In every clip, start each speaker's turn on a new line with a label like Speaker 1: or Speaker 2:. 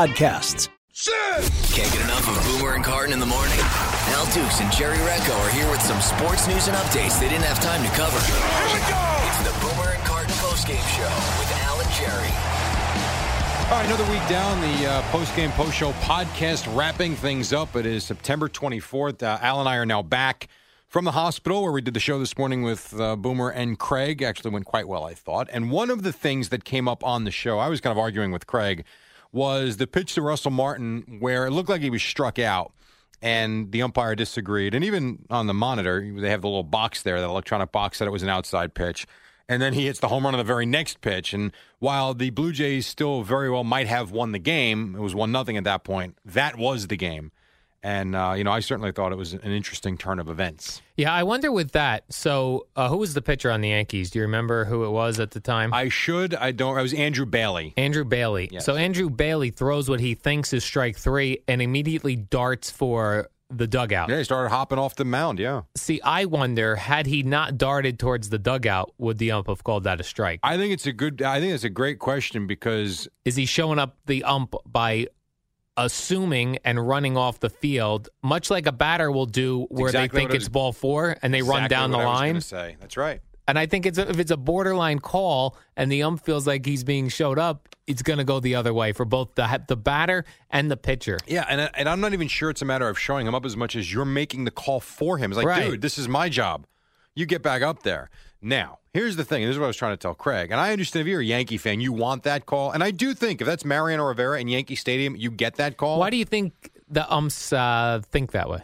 Speaker 1: Can't get enough of Boomer and Carton in the morning. Al Dukes and Jerry Recco are here with some sports news and updates they didn't have time to cover. Here we go! It's the Boomer and Carton postgame show with Al and Jerry.
Speaker 2: All right, another week down, the uh, post-game, post-show podcast wrapping things up. It is September 24th. Uh, Al and I are now back from the hospital where we did the show this morning with uh, Boomer and Craig. Actually went quite well, I thought. And one of the things that came up on the show, I was kind of arguing with Craig, was the pitch to Russell Martin where it looked like he was struck out and the umpire disagreed. And even on the monitor, they have the little box there, the electronic box said it was an outside pitch. And then he hits the home run on the very next pitch. And while the Blue Jays still very well might have won the game, it was one nothing at that point. That was the game. And uh, you know, I certainly thought it was an interesting turn of events.
Speaker 3: Yeah, I wonder with that. So, uh, who was the pitcher on the Yankees? Do you remember who it was at the time?
Speaker 2: I should, I don't. I was Andrew Bailey.
Speaker 3: Andrew Bailey.
Speaker 2: Yes.
Speaker 3: So, Andrew Bailey throws what he thinks is strike three and immediately darts for the dugout.
Speaker 2: Yeah, he started hopping off the mound. Yeah,
Speaker 3: See, I wonder, had he not darted towards the dugout, would the ump have called that a strike?
Speaker 2: I think it's a good. I think it's a great question because
Speaker 3: Is he showing up the ump by assuming and running off the field, much like a batter will do where
Speaker 2: exactly
Speaker 3: they think
Speaker 2: what I
Speaker 3: it's
Speaker 2: was-
Speaker 3: ball four and they run
Speaker 2: Exactly
Speaker 3: down the
Speaker 2: what I was
Speaker 3: line?
Speaker 2: gonna say that's right.
Speaker 3: And I think it's a, if it's a borderline call and the ump feels like he's being showed up, it's going to go the other way for both the the batter and the pitcher.
Speaker 2: Yeah, and I- and I'm not even sure it's a matter of showing him up as much as you're making the call for him. It's like,
Speaker 3: Right.
Speaker 2: dude, this is my job. You get back up there. Now, here's the thing. This is what I was trying to tell Craig. And I understand if you're a Yankee fan, you want that call. And I do think if that's Mariano Rivera in Yankee Stadium, you get that call.
Speaker 3: Why do you think the umps uh, think that way?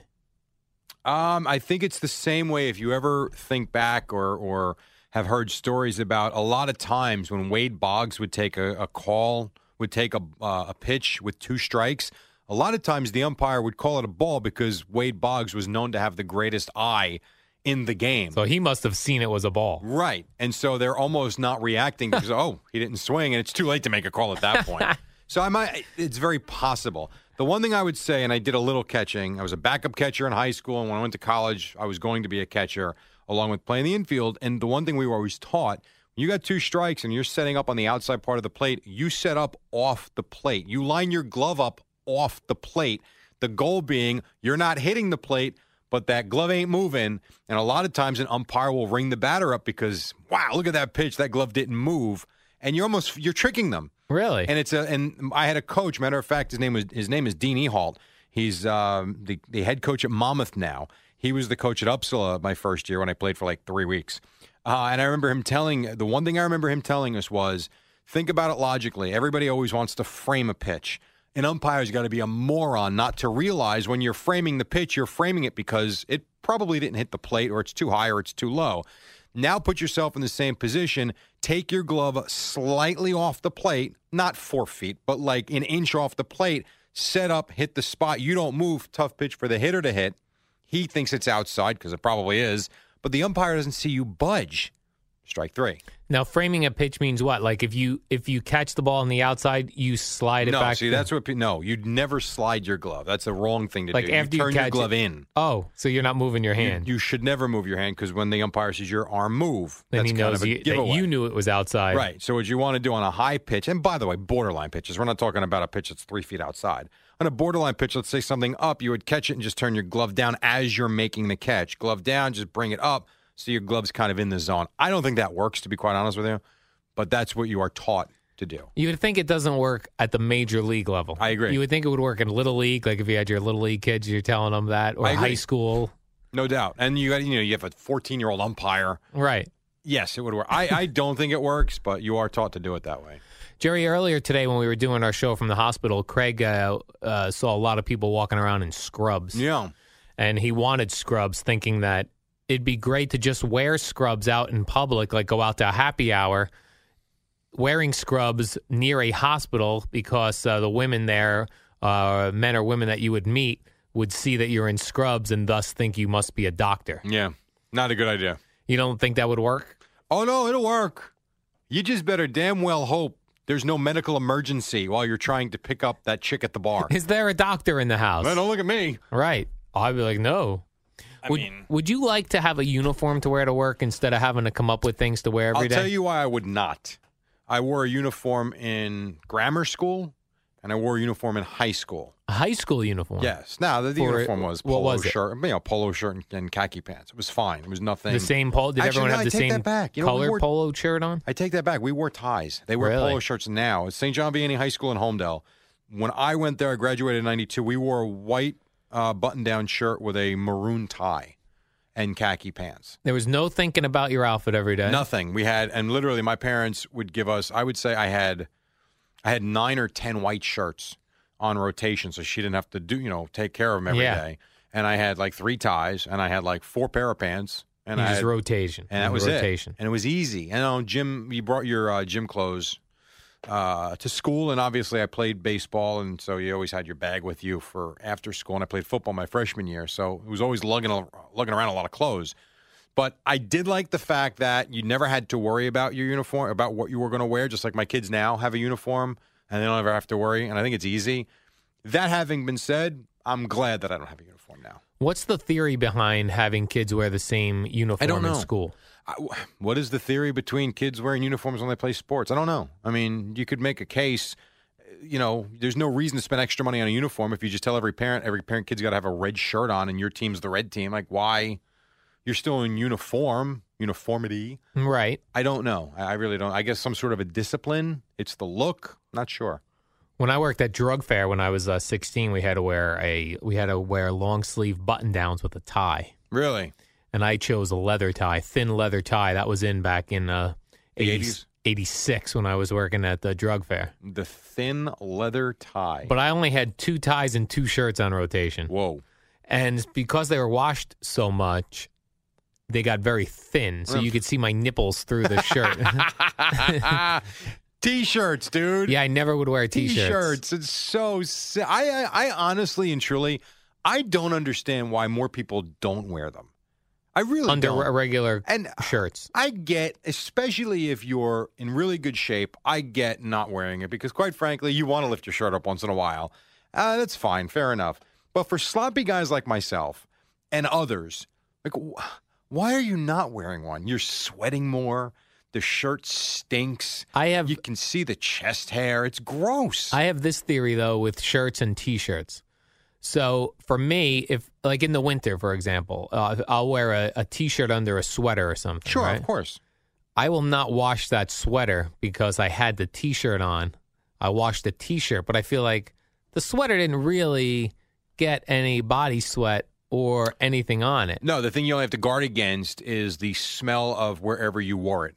Speaker 2: Um, I think it's the same way if you ever think back or or have heard stories about a lot of times when Wade Boggs would take a, a call, would take a uh, a pitch with two strikes. A lot of times the umpire would call it a ball because Wade Boggs was known to have the greatest eye in the game.
Speaker 3: So he must have seen it was a ball.
Speaker 2: Right. And so they're almost not reacting because, oh, he didn't swing, and it's too late to make a call at that point. so I might, it's very possible. The one thing I would say, and I did a little catching, I was a backup catcher in high school, and when I went to college, I was going to be a catcher along with playing the infield. And the one thing we were always taught, you got two strikes and you're setting up on the outside part of the plate, you set up off the plate. You line your glove up off the plate. The goal being you're not hitting the plate, but that glove ain't moving. And a lot of times an umpire will ring the batter up because, wow, look at that pitch. That glove didn't move. And you're almost you're tricking them.
Speaker 3: Really?
Speaker 2: And it's a and I had a coach. Matter of fact, his name was his name is Dean Ehalt. He's um, the the head coach at Monmouth now. He was the coach at Uppsala my first year when I played for like three weeks. Uh, and I remember him telling the one thing I remember him telling us was think about it logically. Everybody always wants to frame a pitch. An umpire's got to be a moron not to realize when you're framing the pitch, you're framing it because it probably didn't hit the plate or it's too high or it's too low. Now put yourself in the same position. Take your glove slightly off the plate, not four feet, but like an inch off the plate. Set up, hit the spot. You don't move. Tough pitch for the hitter to hit. He thinks it's outside because it probably is, but the umpire doesn't see you budge. Strike three.
Speaker 3: now framing a pitch means what? Like if you if you catch the ball on the outside, you slide it
Speaker 2: no,
Speaker 3: back.
Speaker 2: see that's what. pe- No, you'd never slide your glove. That's the wrong thing to
Speaker 3: like
Speaker 2: do.
Speaker 3: after
Speaker 2: you
Speaker 3: you,
Speaker 2: turn
Speaker 3: catch
Speaker 2: your glove
Speaker 3: it.
Speaker 2: in.
Speaker 3: Oh, so you're not moving your
Speaker 2: You-
Speaker 3: hand.
Speaker 2: You, should never move your hand because when the umpire sees your arm move,
Speaker 3: then
Speaker 2: that's
Speaker 3: he
Speaker 2: kind
Speaker 3: knows
Speaker 2: of a
Speaker 3: you, that
Speaker 2: giveaway.
Speaker 3: you knew it was outside.
Speaker 2: Right. So what you want to do on a high pitch, and by the way, borderline pitches. We're not talking about a pitch that's three feet outside. On a borderline pitch, let's say something up, you would catch it and just turn your glove down as you're making the catch. Glove down, just bring it up so your glove's kind of in the zone. I don't think that works, to be quite honest with you. but that's what you are taught to do.
Speaker 3: You would think it doesn't work at the major league level.
Speaker 2: I agree.
Speaker 3: You would think it would work in little league, like if you had your little league kids, you're telling them that, or
Speaker 2: I agree.
Speaker 3: high school,
Speaker 2: No doubt. And you got you know you have a 14 year old umpire.
Speaker 3: right?
Speaker 2: Yes, it would work. I, I don't think it works, but you are taught to do it that way.
Speaker 3: Jerry, earlier today when we were doing our show from the hospital, Craig uh, uh, saw a lot of people walking around in scrubs,
Speaker 2: Yeah.
Speaker 3: and he wanted scrubs, thinking that it'd be great to just wear scrubs out in public, like go out to a happy hour, wearing scrubs near a hospital because uh, the women there, uh, men or women that you would meet, would see that you're in scrubs and thus think you must be a doctor.
Speaker 2: Yeah. Not a good idea.
Speaker 3: You don't think that would work?
Speaker 2: Oh no, it'll work. You just better damn well hope there's no medical emergency while you're trying to pick up that chick at the bar.
Speaker 3: Is there a doctor in the house?
Speaker 2: Man, don't look at me.
Speaker 3: Right. I'd be like, no. would, would you like to have a uniform to wear to work instead of having to come up with things to wear every
Speaker 2: I'll
Speaker 3: day?
Speaker 2: tell you why I would not. I wore a uniform in grammar school, and I wore a uniform in high school.
Speaker 3: A high school uniform.
Speaker 2: Yes. Now the, the
Speaker 3: For-
Speaker 2: uniform was
Speaker 3: what
Speaker 2: polo
Speaker 3: was it?
Speaker 2: shirt, you know, polo shirt and, and khaki pants. It was fine. It was nothing.
Speaker 3: The same polo. Did
Speaker 2: Actually,
Speaker 3: everyone
Speaker 2: no,
Speaker 3: have
Speaker 2: I
Speaker 3: the
Speaker 2: take
Speaker 3: same
Speaker 2: that back. You know, we
Speaker 3: color
Speaker 2: wore-
Speaker 3: polo shirt on?
Speaker 2: I take that back. We wore ties. They wear
Speaker 3: Really?
Speaker 2: polo shirts now. It's St. John Vianney High School in Homedale. When I went there, I graduated in '92. We wore a white uh, button-down shirt with a maroon tie and khaki pants.
Speaker 3: There was no thinking about your outfit every day.
Speaker 2: Nothing. We had, and literally, my parents would give us. I would say I had, I had nine or ten white shirts on rotation, so she didn't have to do, you know, take care of them every day.
Speaker 3: Yeah.
Speaker 2: And I had like three ties, and I had like four pair of pants, and
Speaker 3: You
Speaker 2: I
Speaker 3: just
Speaker 2: had,
Speaker 3: rotation.
Speaker 2: and that was
Speaker 3: rotation.
Speaker 2: it. And it was easy. And on gym, you brought your uh, gym clothes uh, to school, and obviously I played baseball, and so you always had your bag with you for after school. And I played football my freshman year, so it was always lugging a- lugging around a lot of clothes. But I did like the fact that you never had to worry about your uniform, about what you were going to wear. Just like my kids now have a uniform, and they don't ever have to worry. And I think it's easy. That having been said, I'm glad that I don't have a uniform now.
Speaker 3: What's the theory behind having kids wear the same uniform in
Speaker 2: know.
Speaker 3: school?
Speaker 2: I, what is the theory between kids wearing uniforms when they play sports? I don't know. I mean, you could make a case. eh, You know, there's no reason to spend extra money on a uniform if you just tell every parent every parent kid's got to have a red shirt on and your team's the red team. Like, why? You're still in uniform, uniformity.
Speaker 3: Right.
Speaker 2: I don't know. I I really don't. I guess some sort of a discipline. It's the look. Not sure.
Speaker 3: When I worked at drug fair when I was uh, 16, we had to wear a we had to wear long sleeve button downs with a tie.
Speaker 2: Really?
Speaker 3: and I chose a leather tie, thin leather tie. That was in back in uh,
Speaker 2: The
Speaker 3: 80,
Speaker 2: 80s?
Speaker 3: 86 when I was working at the drug fair.
Speaker 2: The thin leather tie.
Speaker 3: But I only had two ties and two shirts on rotation.
Speaker 2: Whoa.
Speaker 3: And because they were washed so much, they got very thin. So you could see my nipples through the shirt.
Speaker 2: T-shirts, dude.
Speaker 3: yeah, I never would wear t shirts.
Speaker 2: t-shirts. It's so si- I, I I honestly and truly I don't understand why more people don't wear them. I really
Speaker 3: Under
Speaker 2: don't.
Speaker 3: re- regular
Speaker 2: And- uh,
Speaker 3: shirts.
Speaker 2: I get, especially if you're in really good shape, I get not wearing it because, quite frankly, you want to lift your shirt up once in a while. Uh, that's fine, fair enough. But for sloppy guys like myself and others, like, wh- why are you not wearing one? You're sweating more. The shirt stinks.
Speaker 3: I have-
Speaker 2: You can see the chest hair. It's gross.
Speaker 3: I have this theory though with shirts and t-shirts. So for me, if like in the winter, for example, uh, I'll wear a, a t-shirt under a sweater or something.
Speaker 2: sure,
Speaker 3: right?
Speaker 2: of course.
Speaker 3: I will not wash that sweater because I had the t-shirt on. I washed the t-shirt, but I feel like the sweater didn't really get any body sweat or anything on it.
Speaker 2: No, the thing you only have to guard against is the smell of wherever you wore it.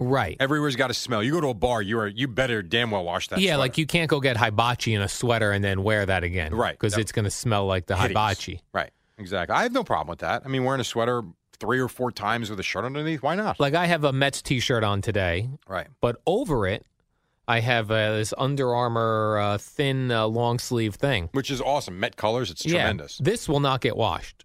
Speaker 3: Right.
Speaker 2: Everywhere's got a smell. You go to a bar, you are you better damn well wash that.
Speaker 3: yeah,
Speaker 2: sweater.
Speaker 3: like you can't go get hibachi in a sweater and then wear that again.
Speaker 2: Right.
Speaker 3: Because
Speaker 2: No.
Speaker 3: it's going to smell like the
Speaker 2: Hideous.
Speaker 3: hibachi.
Speaker 2: Right. Exactly. I have no problem with that. I mean, wearing a sweater three or four times with a shirt underneath, why not?
Speaker 3: Like I have a Mets t-shirt on today
Speaker 2: Right.
Speaker 3: but over it, I have uh, this Under Armour uh, thin uh, long sleeve thing.
Speaker 2: Which is awesome. Met colors, it's tremendous.
Speaker 3: Yeah, this will not get washed.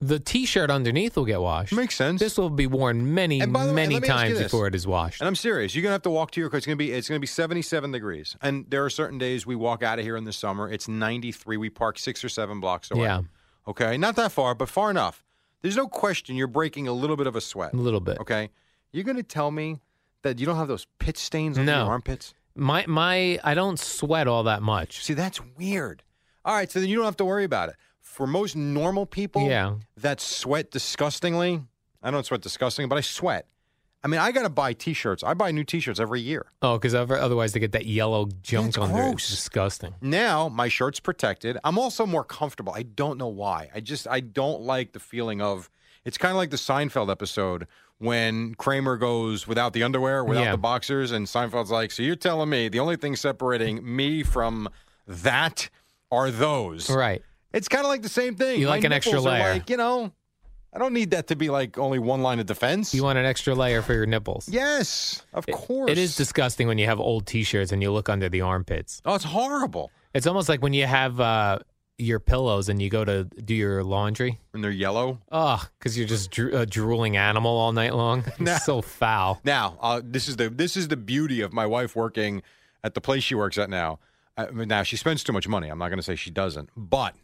Speaker 3: The T-shirt underneath will get washed.
Speaker 2: Makes sense.
Speaker 3: This will be worn many,
Speaker 2: And by the way,
Speaker 3: many
Speaker 2: let me ask you
Speaker 3: times
Speaker 2: this.
Speaker 3: before it is washed.
Speaker 2: and I'm serious. You're gonna have to walk to your car. It's gonna be it's gonna be 77 degrees. And there are certain days we walk out of here in the summer. It's 93. We park six or seven blocks away.
Speaker 3: Yeah.
Speaker 2: Okay. Not that far, but far enough. There's no question you're breaking a little bit of a sweat.
Speaker 3: A little bit.
Speaker 2: Okay. You're gonna tell me that you don't have those pit stains on
Speaker 3: No.
Speaker 2: your armpits?
Speaker 3: My, my, I don't sweat all that much.
Speaker 2: See, that's weird. All right, so then you don't have to worry about it. For most normal people
Speaker 3: Yeah.
Speaker 2: that sweat disgustingly, I don't sweat disgustingly, but I sweat. I mean, I got to buy T-shirts. I buy new T-shirts every year.
Speaker 3: Oh, because otherwise they get that yellow junk
Speaker 2: That's
Speaker 3: under it.
Speaker 2: gross.
Speaker 3: It's disgusting.
Speaker 2: Now my shirt's protected. I'm also more comfortable. I don't know why. I just I don't like the feeling of. It's kind of like the Seinfeld episode when Kramer goes without the underwear, without
Speaker 3: Yeah.
Speaker 2: the boxers, and Seinfeld's like, "So you're telling me the only thing separating me from that are those?"
Speaker 3: Right.
Speaker 2: It's kind of like the same thing.
Speaker 3: You
Speaker 2: My
Speaker 3: like an extra
Speaker 2: nipples are
Speaker 3: layer.
Speaker 2: Like you know, I don't need that to be like only one line of defense.
Speaker 3: You want an extra layer for your nipples.
Speaker 2: yes, of course.
Speaker 3: It is disgusting when you have old T-shirts and you look under the armpits.
Speaker 2: Oh, it's horrible.
Speaker 3: It's almost like when you have uh, your pillows and you go to do your laundry.
Speaker 2: And they're yellow.
Speaker 3: Oh, because you're just dro- a drooling animal all night long. It's so foul.
Speaker 2: Now, uh, this is the this is the beauty of my wife working at the place she works at now. I mean, now she spends too much money. I'm not going to say she doesn't, but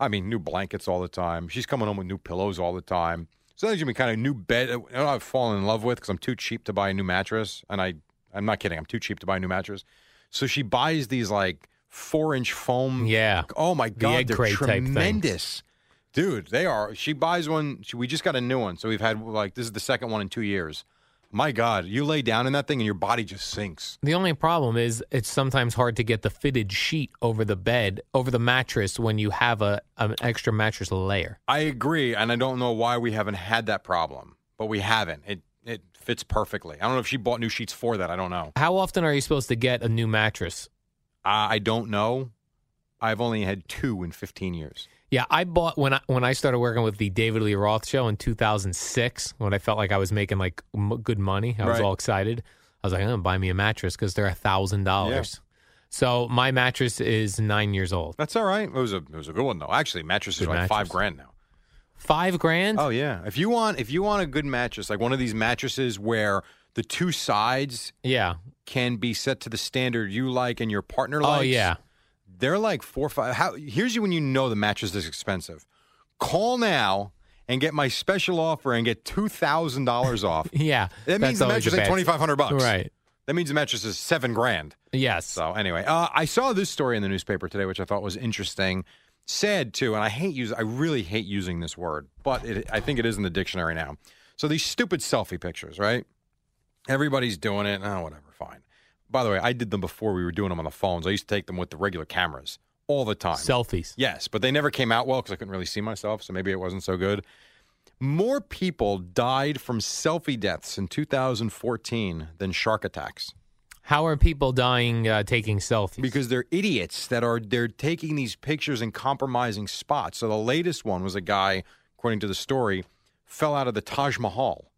Speaker 2: I mean, new blankets all the time. She's coming home with new pillows all the time. So there's gonna be kind of new bed. uh, You know, I've fallen in love with because I'm too cheap to buy a new mattress, and I I'm not kidding. I'm too cheap to buy a new mattress. So she buys these like four inch foam.
Speaker 3: Yeah.
Speaker 2: Oh my god,
Speaker 3: egg
Speaker 2: they're
Speaker 3: crate type things.
Speaker 2: tremendous. Dude, they are. She buys one. She, we just got a new one, so we've had like this is the second one in two years. My God, you lay down in that thing and your body just sinks.
Speaker 3: The only problem is it's sometimes hard to get the fitted sheet over the bed, over the mattress when you have a an extra mattress layer.
Speaker 2: I agree, and I don't know why we haven't had that problem, but we haven't. It it fits perfectly. I don't know if she bought new sheets for that. I don't know.
Speaker 3: How often are you supposed to get a new mattress?
Speaker 2: I, I don't know. I've only had two in 15 years.
Speaker 3: Yeah, I bought when I when I started working with the David Lee Roth show in 2006 when I felt like I was making like m- good money. I was
Speaker 2: Right.
Speaker 3: all excited. I was like, I'm gonna buy me a mattress because they're a thousand dollars. So my mattress is nine years old.
Speaker 2: That's all right. It was a it was a good one though. Actually, mattresses
Speaker 3: Good
Speaker 2: are like five
Speaker 3: mattress.
Speaker 2: grand now.
Speaker 3: Five grand?
Speaker 2: Oh yeah. If you want if you want a good mattress, like one of these mattresses where the two sides
Speaker 3: yeah.
Speaker 2: can be set to the standard you like and your partner
Speaker 3: Oh
Speaker 2: likes.
Speaker 3: yeah.
Speaker 2: They're like four five how here's you when you know the mattress is expensive. Call now and get my special offer and get two thousand dollars off.
Speaker 3: Yeah.
Speaker 2: That means
Speaker 3: that's
Speaker 2: the
Speaker 3: always
Speaker 2: mattress is like
Speaker 3: bad-
Speaker 2: twenty five hundred bucks.
Speaker 3: Right.
Speaker 2: That means the mattress is seven grand.
Speaker 3: Yes.
Speaker 2: So anyway, uh, I saw this story in the newspaper today, which I thought was interesting. Sad too, and I hate use. I really hate using this word, but it, I think it is in the dictionary now. So these stupid selfie pictures, right? Everybody's doing it. Oh, whatever, fine. By the way, I did them before we were doing them on the phones. I used to take them with the regular cameras all the time.
Speaker 3: Selfies.
Speaker 2: Yes, but they never came out well because I couldn't really see myself, so maybe it wasn't so good. More people died from selfie deaths in 2014 than shark attacks
Speaker 3: How are people dying uh, taking selfies?
Speaker 2: because they're idiots that are they're taking these pictures and compromising spots. So the latest one was a guy, according to the story, fell out of the Taj Mahal,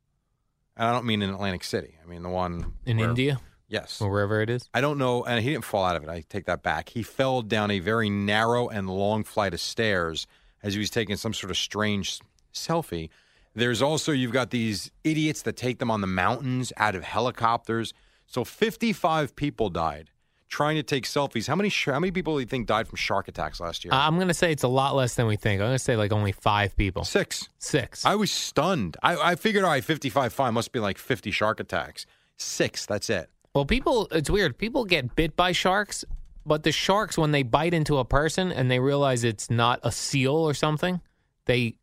Speaker 2: and I don't mean in Atlantic City. I mean the one
Speaker 3: in
Speaker 2: where-
Speaker 3: India
Speaker 2: Yes,
Speaker 3: or wherever it is.
Speaker 2: I don't know, and he didn't fall out of it. I take that back. He fell down a very narrow and long flight of stairs as he was taking some sort of strange selfie. There's also you've got these idiots that take them on the mountains out of helicopters. So 55 people died trying to take selfies. How many sh- how many people do you think died from shark attacks last year?
Speaker 3: Uh, I'm gonna say it's a lot less than we think. I'm gonna say like only five people.
Speaker 2: Six.
Speaker 3: Six.
Speaker 2: I was stunned. I, I figured, all right, 55 fine must be like 50 shark attacks. Six. That's it.
Speaker 3: Well, people, it's weird. People get bit by sharks, but the sharks, when they bite into a person and they realize it's not a seal or something, they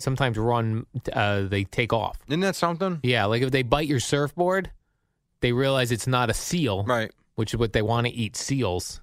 Speaker 3: sometimes run, uh, they take off.
Speaker 2: Isn't that something?
Speaker 3: Yeah, like if they bite your surfboard, they realize it's not a seal,
Speaker 2: Right.
Speaker 3: which is what they want to eat seals.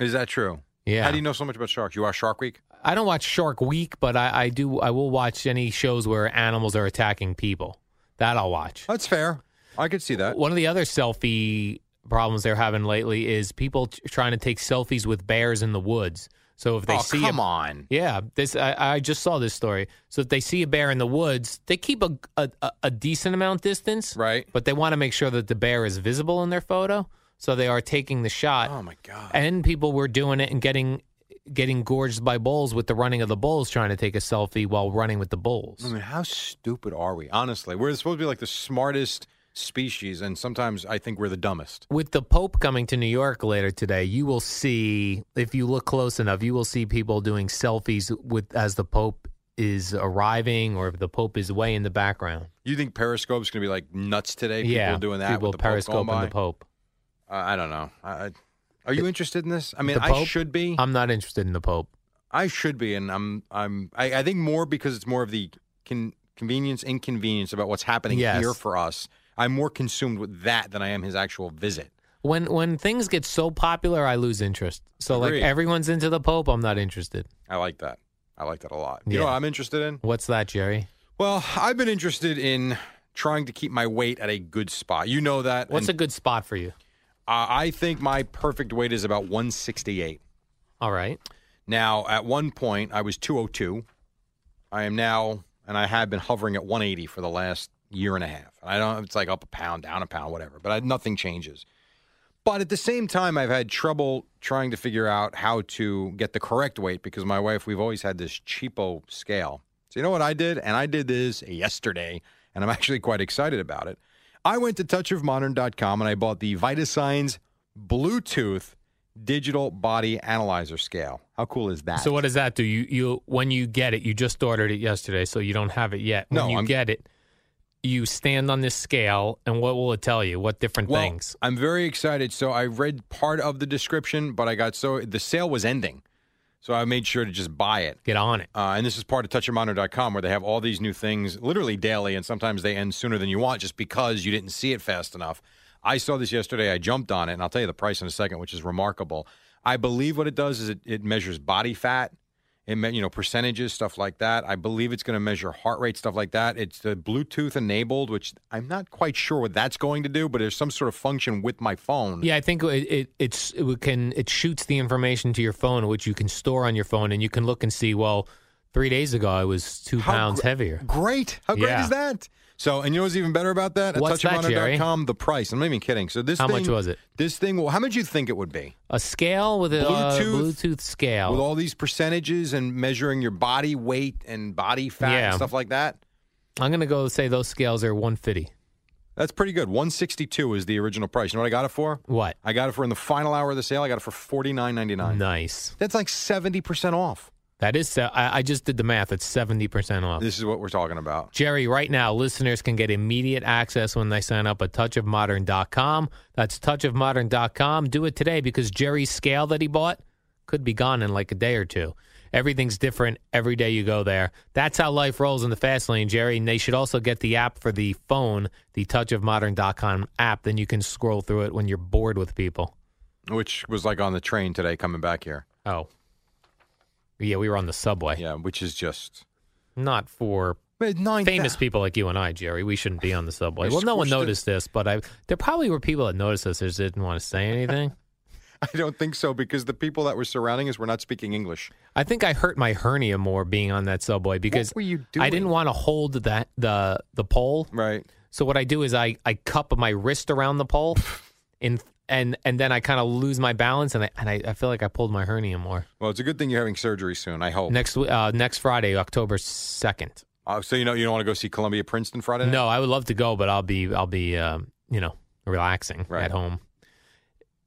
Speaker 2: Is that true?
Speaker 3: Yeah.
Speaker 2: How do you know so much about sharks? You are Shark Week?
Speaker 3: I don't watch Shark Week, but I, I do. I will watch any shows where animals are attacking people. That I'll watch.
Speaker 2: That's fair. I could see that.
Speaker 3: One of the other selfie problems they're having lately is people t- trying to take selfies with bears in the woods. So if they
Speaker 2: oh,
Speaker 3: see
Speaker 2: come
Speaker 3: a,
Speaker 2: on.
Speaker 3: yeah, this I, I just saw this story. So if they see a bear in the woods, they keep a a, a- a decent amount distance,
Speaker 2: Right.
Speaker 3: But they want to make sure that the bear is visible in their photo, so they are taking the shot.
Speaker 2: Oh my god.
Speaker 3: And people were doing it and getting getting gorged by bulls with the running of the bulls, trying to take a selfie while running with the bulls.
Speaker 2: I mean, how stupid are we? Honestly, we're supposed to be like the smartest species, and sometimes I think we're the dumbest.
Speaker 3: With the Pope coming to New York later today, you will see if you look close enough, you will see people doing selfies with as the Pope is arriving or if the Pope is way in the background.
Speaker 2: You think Periscope's going to be like nuts today? People
Speaker 3: yeah,
Speaker 2: doing that
Speaker 3: people
Speaker 2: with the
Speaker 3: periscope
Speaker 2: Pope going
Speaker 3: the Pope.
Speaker 2: by? Uh, I don't know. I, I, are you interested in this? I mean,
Speaker 3: The
Speaker 2: I
Speaker 3: Pope?
Speaker 2: should be.
Speaker 3: I'm not interested in the Pope.
Speaker 2: I should be, and I'm. I'm. I, I think more because it's more of the con- convenience, inconvenience about what's happening
Speaker 3: Yes.
Speaker 2: here for us. I'm more consumed with that than I am his actual visit.
Speaker 3: When when things get so popular, I lose interest. So
Speaker 2: Agreed.
Speaker 3: like everyone's into the Pope, I'm not interested.
Speaker 2: I like that. I like that a lot. You know
Speaker 3: Yeah.
Speaker 2: what I'm interested in?
Speaker 3: What's that, Jerry?
Speaker 2: Well, I've been interested in trying to keep my weight at a good spot. You know that.
Speaker 3: What's
Speaker 2: and
Speaker 3: a good spot for you?
Speaker 2: I I think my perfect weight is about 168.
Speaker 3: All right.
Speaker 2: Now, at one point, I was 202. I am now, and I have been hovering at 180 for the last year and a half. I don't, it's like up a pound, down a pound, whatever, but I, nothing changes. But at the same time, I've had trouble trying to figure out how to get the correct weight because my wife, we've always had this cheapo scale. So, you know what I did? And I did this yesterday, and I'm actually quite excited about it. I went to touchofmodern.com and I bought the VitaSigns Bluetooth digital body analyzer scale. How cool is that?
Speaker 3: So what does that do? You you when you get it, you just ordered it yesterday, so you don't have it yet. When
Speaker 2: No,
Speaker 3: you
Speaker 2: I'm-
Speaker 3: get it, you stand on this scale, and what will it tell you? What different
Speaker 2: Well,
Speaker 3: things?
Speaker 2: I'm very excited. So I read part of the description, but I got so the sale was ending, so I made sure to just buy it.
Speaker 3: Get on it.
Speaker 2: Uh, and this is part of touchyourmonitor.com where they have all these new things literally daily, and sometimes they end sooner than you want just because you didn't see it fast enough. I saw this yesterday. I jumped on it, and I'll tell you the price in a second, which is remarkable. I believe what it does is it, it measures body fat, it me- you know percentages, stuff like that. I believe it's going to measure heart rate, stuff like that. It's the Bluetooth enabled, which I'm not quite sure what that's going to do, but there's some sort of function with my phone.
Speaker 3: Yeah, I think it, it it's it can it shoots the information to your phone, which you can store on your phone, and you can look and see. Well, three days ago I was two
Speaker 2: How
Speaker 3: pounds
Speaker 2: gr-
Speaker 3: heavier.
Speaker 2: Great. How great
Speaker 3: Yeah.
Speaker 2: is that? So, and you know what's even better about that? At
Speaker 3: What's that, Jerry?
Speaker 2: touchyourmonitor.com, the price. I'm not even kidding. So this
Speaker 3: How much
Speaker 2: thing-
Speaker 3: was it?
Speaker 2: This thing, well, how much you think it would be?
Speaker 3: A scale with a uh,
Speaker 2: Bluetooth-
Speaker 3: Bluetooth scale.
Speaker 2: With all these percentages and measuring your body weight and body fat and
Speaker 3: Yeah.
Speaker 2: stuff like that?
Speaker 3: I'm gonna go say those scales are 150.
Speaker 2: That's pretty good. 162 is the original price. You know what I got it for?
Speaker 3: What?
Speaker 2: I got it for in the final hour of the sale. I got it for 49.99.
Speaker 3: Nice.
Speaker 2: That's like 70% off.
Speaker 3: That is. se- I, I just did the math. It's 70 percent off.
Speaker 2: This is what we're talking about.
Speaker 3: Jerry, right now, listeners can get immediate access when they sign up at touchofmodern.com. That's touchofmodern.com. Do it today because Jerry's scale that he bought could be gone in like a day or two. Everything's different every day you go there. That's how life rolls in the fast lane, Jerry. And they should also get the app for the phone, the touchofmodern.com app. Then you can scroll through it when you're bored with people.
Speaker 2: Which was like on the train today coming back here.
Speaker 3: Oh. Yeah, we were on the subway.
Speaker 2: Yeah, which is just.
Speaker 3: Not for
Speaker 2: But nine
Speaker 3: famous people like you and I, Jerry, we shouldn't be on the subway.
Speaker 2: I
Speaker 3: Well, no one
Speaker 2: squished it.
Speaker 3: noticed this, but I there probably were people that noticed this. They just didn't want to say anything.
Speaker 2: I don't think so because the people that were surrounding us were not speaking English.
Speaker 3: I think I hurt my hernia more being on that subway because
Speaker 2: were you doing?
Speaker 3: I didn't want to hold that the the pole.
Speaker 2: Right.
Speaker 3: So what I do is I I cup my wrist around the pole, in and and then I kind of lose my balance and I and I, I feel like I pulled my hernia more.
Speaker 2: Well, it's a good thing you're having surgery soon. I hope.
Speaker 3: Next w- uh, next Friday, October second.
Speaker 2: Uh, so you know you don't want to go see Columbia Princeton Friday. night?
Speaker 3: No, I would love to go, but I'll be I'll be um, you know relaxing
Speaker 2: Right.
Speaker 3: at home.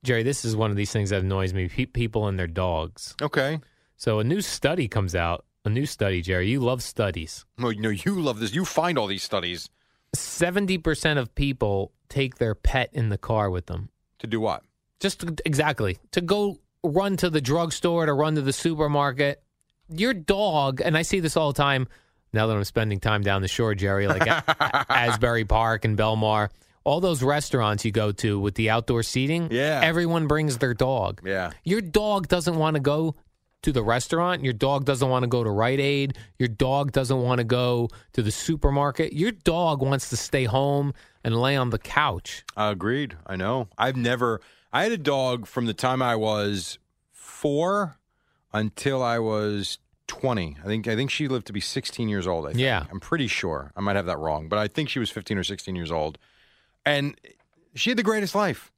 Speaker 3: Jerry, this is one of these things that annoys me: pe- people and their dogs.
Speaker 2: Okay.
Speaker 3: So a new study comes out. A new study, Jerry. You love studies.
Speaker 2: No, you know you love this. You find all these studies
Speaker 3: Seventy percent of people take their pet in the car with them.
Speaker 2: to do what?
Speaker 3: Just to- exactly to go run to the drugstore, to run to the supermarket. Your dog, and I see this all the time. Now that I'm spending time down the shore, Jerry, like A- Asbury Park and Belmar, all those restaurants you go to with the outdoor seating,
Speaker 2: Yeah.
Speaker 3: everyone brings their dog.
Speaker 2: Yeah.
Speaker 3: Your dog doesn't want to go to the restaurant. Your dog doesn't want to go to Rite Aid. Your dog doesn't want to go to the supermarket. Your dog wants to stay home and lay on the couch.
Speaker 2: agreed. I know. I've never. I had a dog from the time I was four until I was twenty. I think. I think she lived to be sixteen years old. I think.
Speaker 3: Yeah.
Speaker 2: I'm pretty sure. I might have that wrong, but I think she was fifteen or sixteen years old, and she had the greatest life.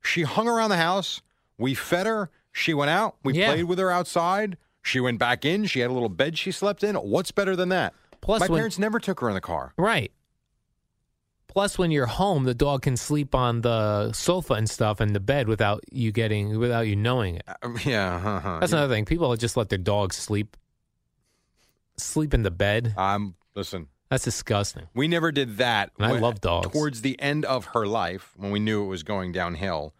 Speaker 2: She hung around the house. We fed her. She went out. We
Speaker 3: Yeah.
Speaker 2: played with her outside. She went back in. She had a little bed she slept in. What's better than that?
Speaker 3: Plus
Speaker 2: my
Speaker 3: when-
Speaker 2: parents never took her in the car.
Speaker 3: Right. Plus, when you're home, the dog can sleep on the sofa and stuff and the bed without you getting without you knowing it.
Speaker 2: Uh, yeah, uh-huh.
Speaker 3: That's another thing. People just let their dogs sleep sleep in the bed.
Speaker 2: Um, listen,
Speaker 3: That's disgusting.
Speaker 2: we never did that.
Speaker 3: And I
Speaker 2: When-
Speaker 3: love dogs.
Speaker 2: Towards the end of her life, when we knew it was going downhill,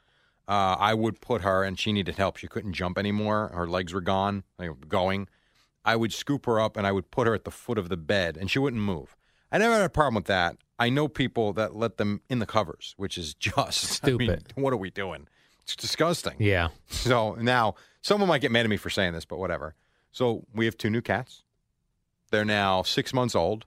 Speaker 2: uh, I would put her, and she needed help. She couldn't jump anymore. Her legs were gone, they were going. I would scoop her up and I would put her at the foot of the bed, and she wouldn't move. I never had a problem with that. I know people that let them in the covers, which is just I mean,
Speaker 3: Stupid.
Speaker 2: what are we doing? It's disgusting.
Speaker 3: Yeah.
Speaker 2: So now someone might get mad at me for saying this, but whatever. So we have two new cats. They're now six months old,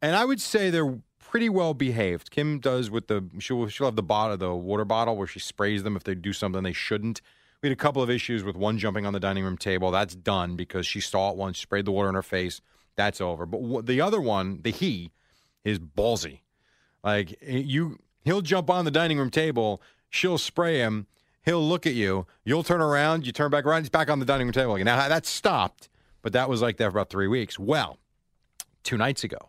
Speaker 2: and I would say they're pretty well behaved. Kim does with the she'll she'll have the bottle, the water bottle where she sprays them if they do something they shouldn't. We had a couple of issues with one jumping on the dining room table. That's done because she saw it once, sprayed the water in her face. That's over. But wh- the other one, the he, is ballsy. Like eh, you, he'll jump on the dining room table. She'll spray him. He'll look at you. You'll turn around. You turn back around. He's back on the dining room table again. Now that stopped, but that was like that for about three weeks. Well, two nights ago,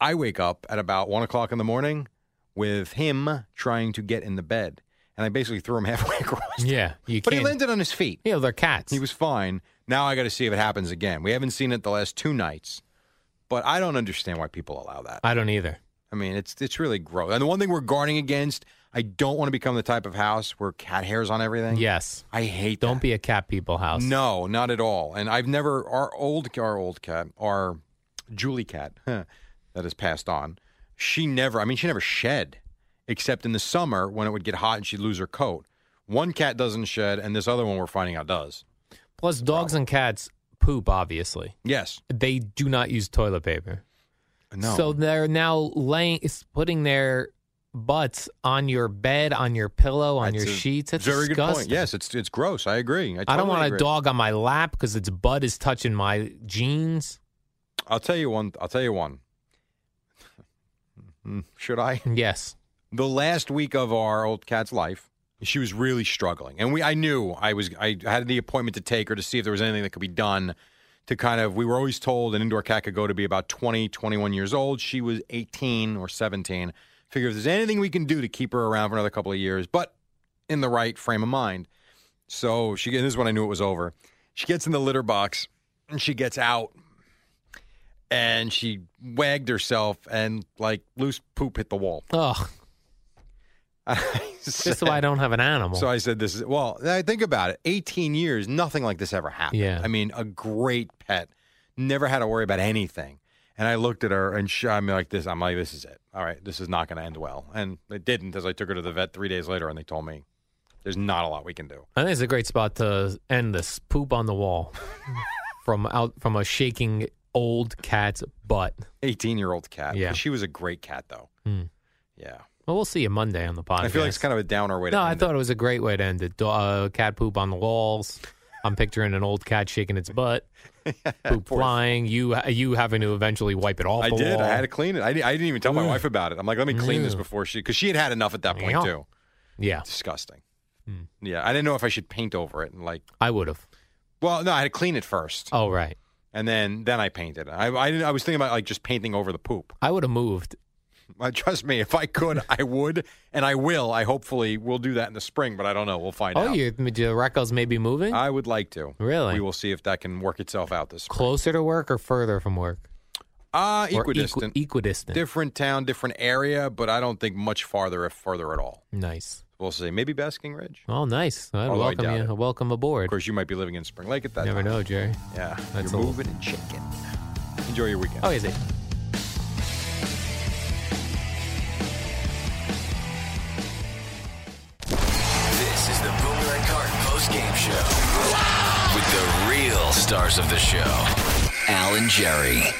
Speaker 2: I wake up at about one o'clock in the morning with him trying to get in the bed, and I basically threw him halfway across.
Speaker 3: Yeah. You
Speaker 2: But he
Speaker 3: can't.
Speaker 2: landed on his feet.
Speaker 3: yeah, they're cats.
Speaker 2: He was fine. Now I got to see if it happens again. We haven't seen it the last two nights, but I don't understand why people allow that.
Speaker 3: I don't either.
Speaker 2: I mean, it's it's really gross. And the one thing we're guarding against, I don't want to become the type of house where cat hairs on everything.
Speaker 3: Yes.
Speaker 2: I hate
Speaker 3: Don't
Speaker 2: that.
Speaker 3: be a cat people house.
Speaker 2: No, not at all. And I've never our old our old cat, our Julie cat that has passed on. She never, I mean, she never shed except in the summer when it would get hot and she'd lose her coat. One cat doesn't shed, and this other one we're finding out does.
Speaker 3: Plus, dogs and cats poop, obviously.
Speaker 2: Yes.
Speaker 3: They do not use toilet paper.
Speaker 2: No.
Speaker 3: So they're now laying, is putting their butts on your bed, on your pillow, on
Speaker 2: That's
Speaker 3: your
Speaker 2: a
Speaker 3: sheets. That's
Speaker 2: very good
Speaker 3: disgusting.
Speaker 2: point. Yes, it's it's gross. I agree. I,
Speaker 3: I don't
Speaker 2: totally
Speaker 3: want a
Speaker 2: agree.
Speaker 3: dog on my lap because its butt is touching my jeans.
Speaker 2: I'll tell you one. I'll tell you one. Mm, Should I?
Speaker 3: Yes.
Speaker 2: The last week of our old cat's life, she was really struggling, and we. I knew I was. I had the appointment to take her to see if there was anything that could be done to kind of. We were always told an indoor cat could go to be about 20, 21 years old. She was eighteen or seventeen. Figure if there's anything we can do to keep her around for another couple of years, but in the right frame of mind. So she. And this is when I knew it was over. She gets in the litter box and she gets out and she wagged herself and like loose poop hit the wall.
Speaker 3: Oh,
Speaker 2: so,
Speaker 3: just so I don't have an animal.
Speaker 2: so I said, "This is well." I think about it. Eighteen years, nothing like this ever happened.
Speaker 3: Yeah.
Speaker 2: I mean, a great pet, never had to worry about anything. And I looked at her, and she, I'm like, "This, I'm like, this is it. All right, this is not going to end well." And it didn't, as I took her to the vet three days later, and they told me, "There's not a lot we can do."
Speaker 3: I think it's a great spot to end this poop on the wall from out from a shaking old cat's butt.
Speaker 2: 18 year old cat.
Speaker 3: Yeah. Hmm.
Speaker 2: She was a great cat, though. Yeah.
Speaker 3: Well, we'll see you Monday on the podcast.
Speaker 2: I, feel like it's kind of a downer way to.
Speaker 3: no. I
Speaker 2: end
Speaker 3: thought it was a great way to end it. Do- Uh, cat poop on the walls. I'm picturing an old cat shaking its butt, poop flying. You you having to eventually wipe it off.
Speaker 2: I
Speaker 3: the
Speaker 2: did.
Speaker 3: Wall.
Speaker 2: I had to clean it. I, di- I didn't even tell my
Speaker 3: Ugh.
Speaker 2: wife about it. I'm like, let me clean this
Speaker 3: Ew.
Speaker 2: before she, because she had had enough at that point
Speaker 3: Yeah.
Speaker 2: too.
Speaker 3: yeah,
Speaker 2: Disgusting.
Speaker 3: Hmm.
Speaker 2: Yeah, I didn't know if I should paint over it and like.
Speaker 3: I would have.
Speaker 2: Well, no, I had to clean it first,
Speaker 3: Oh right,
Speaker 2: and then then I painted. I I, didn't, I was thinking about like just painting over the poop.
Speaker 3: I would have moved.
Speaker 2: Uh, trust me, if I could, I would, and I will. I hopefully will do that in the spring, but I don't know. We'll find
Speaker 3: Oh,
Speaker 2: out.
Speaker 3: you the records may be moving
Speaker 2: I would like to.
Speaker 3: Really?
Speaker 2: We will see if that can work itself out this spring.
Speaker 3: closer to work or further from work
Speaker 2: Uh,
Speaker 3: Or equi-
Speaker 2: equidistant.
Speaker 3: equidistant.
Speaker 2: different town, different area, but I don't think much farther, if further at all.
Speaker 3: nice.
Speaker 2: We'll see. Maybe Basking Ridge.
Speaker 3: Oh, nice. I'd
Speaker 2: Although I
Speaker 3: welcome
Speaker 2: doubt
Speaker 3: you.
Speaker 2: it.
Speaker 3: Welcome aboard.
Speaker 2: Of course, you might be living in Spring Lake at that
Speaker 3: Never
Speaker 2: time.
Speaker 3: know, Jerry.
Speaker 2: Yeah,
Speaker 3: That's
Speaker 2: you're
Speaker 3: a-
Speaker 2: moving and shaking. Enjoy your weekend.
Speaker 3: Oh, is it?
Speaker 1: This is the Boomer and Carton postgame show with the real stars of the show, Al and Jerry.